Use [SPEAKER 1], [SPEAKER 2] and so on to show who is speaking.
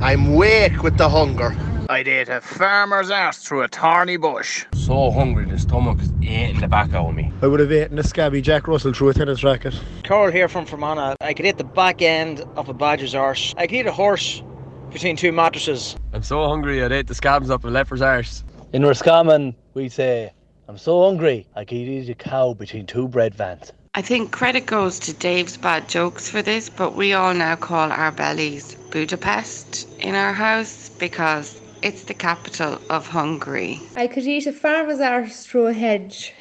[SPEAKER 1] I'm wake with the hunger.
[SPEAKER 2] I'd ate a farmer's ass through a thorny bush.
[SPEAKER 3] So hungry, the stomach is eating the back out of me.
[SPEAKER 4] I would have eaten a scabby Jack Russell through a tennis racket.
[SPEAKER 5] Carl here from Fermanagh. I could hit the back end of a badger's arse. I could eat a horse between two mattresses.
[SPEAKER 6] I'm so hungry I'd ate the scabs up a leper's arse.
[SPEAKER 7] In Roscommon, we say, I'm so hungry I could eat a cow between two bread vans.
[SPEAKER 8] I think credit goes to Dave's bad jokes for this, but we all now call our bellies Budapest in our house because it's the capital of Hungary.
[SPEAKER 9] I could eat a farmer's arse through a hedge.